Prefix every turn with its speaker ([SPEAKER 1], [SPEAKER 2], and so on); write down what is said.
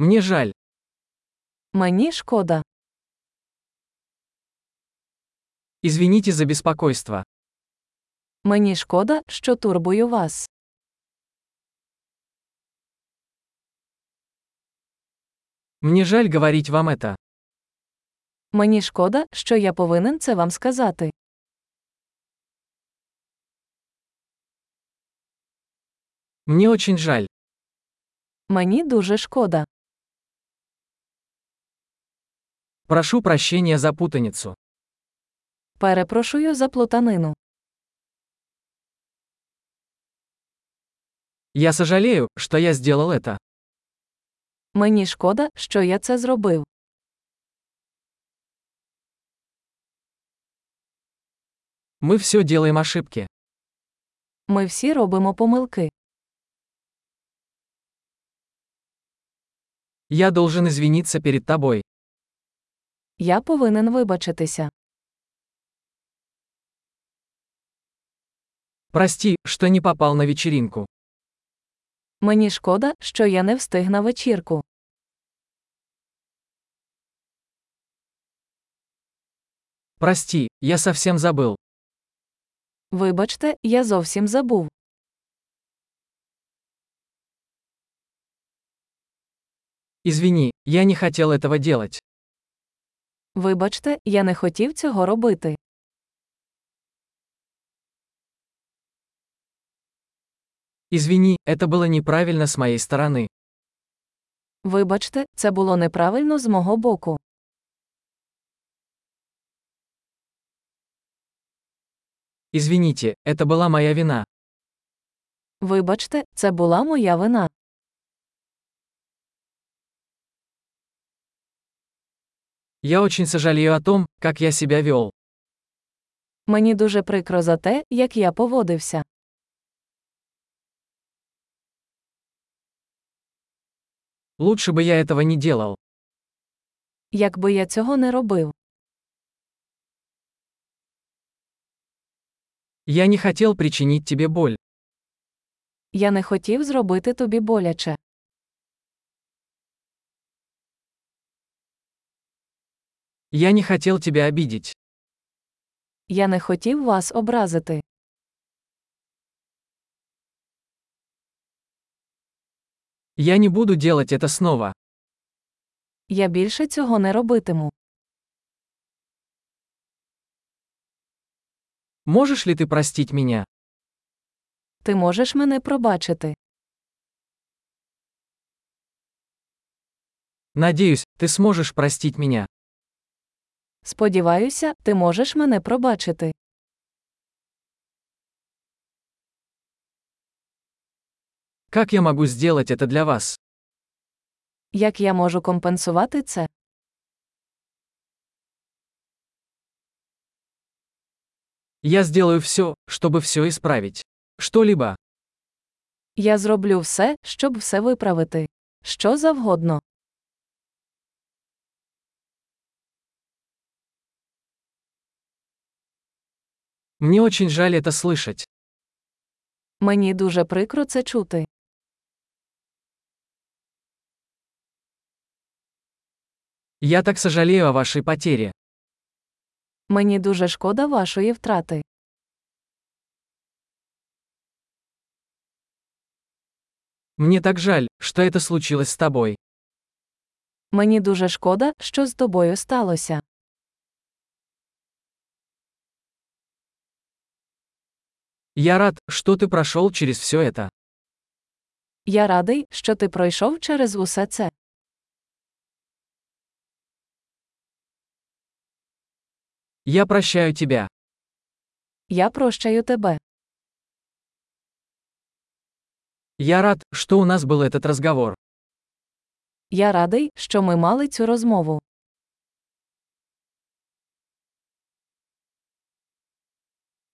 [SPEAKER 1] Мне жаль.
[SPEAKER 2] Мені шкода.
[SPEAKER 1] Извините за беспокойство.
[SPEAKER 2] Мені шкода, що турбую вас.
[SPEAKER 1] Мне жаль говорить вам это.
[SPEAKER 2] Мені шкода, що я повинен це вам сказати.
[SPEAKER 1] Мне очень жаль.
[SPEAKER 2] Мені дуже шкода.
[SPEAKER 1] Прошу прощения за путаницу.
[SPEAKER 2] Перепрошую за плутанину.
[SPEAKER 1] Я сожалею, что я сделал это.
[SPEAKER 2] Мені шкода, що я це зробив.
[SPEAKER 1] Мы все делаем ошибки.
[SPEAKER 2] Ми всі робимо помилки.
[SPEAKER 1] Я должен извиниться перед тобой.
[SPEAKER 2] Я повинен вибачитися.
[SPEAKER 1] Прости, что не попал на вечеринку.
[SPEAKER 2] Мені шкода, що я не встиг на вечірку.
[SPEAKER 1] Прости, я совсем забыл.
[SPEAKER 2] Вибачте, я зовсім забув.
[SPEAKER 1] Извини, я не хотел этого делать.
[SPEAKER 2] Вибачте, я не хотів цього робити.
[SPEAKER 1] Извини, это было неправильно с моей стороны.
[SPEAKER 2] Вибачте, це було неправильно з мого боку.
[SPEAKER 1] Извините, это была моя вина.
[SPEAKER 2] Вибачте, це була моя вина.
[SPEAKER 1] Я очень сожалею о том, как я себя вел.
[SPEAKER 2] Мені дуже прикро за те, як я поводився.
[SPEAKER 1] Лучше бы я этого не делал.
[SPEAKER 2] Якби я цього не робив,
[SPEAKER 1] Я не хотел причинить тебе боль.
[SPEAKER 2] я не хотів зробити тобі боляче.
[SPEAKER 1] Я не хотел тебя обидеть.
[SPEAKER 2] Я не хотів вас образити.
[SPEAKER 1] Я не буду делать это снова.
[SPEAKER 2] Я більше цього не робитиму.
[SPEAKER 1] Можешь ли ты простить меня?
[SPEAKER 2] Ти можеш мене пробачити.
[SPEAKER 1] Надеюсь, ты сможешь простить меня.
[SPEAKER 2] Сподіваюся, ти можеш мене пробачити.
[SPEAKER 1] Как я могу сделать это для вас?
[SPEAKER 2] Як я можу компенсувати це?
[SPEAKER 1] Я сделаю все, чтобы все исправить. Что-либо.
[SPEAKER 2] Я зроблю все, щоб все виправити. Що завгодно.
[SPEAKER 1] Мне очень жаль это слышать.
[SPEAKER 2] Мені дуже прикро це чути.
[SPEAKER 1] Я так сожалею о вашей потере.
[SPEAKER 2] Мені дуже шкода вашої втрати.
[SPEAKER 1] Мне так жаль, что это случилось с тобой.
[SPEAKER 2] Мені дуже шкода, що з тобою сталося.
[SPEAKER 1] Я рад, что ты прошел через все это.
[SPEAKER 2] Я радий, що ти пройшов через усе це.
[SPEAKER 1] Я прощаю тебя.
[SPEAKER 2] Я прощаю тебе.
[SPEAKER 1] Я рад, что у нас был этот разговор.
[SPEAKER 2] Я радий, що ми мали цю розмову.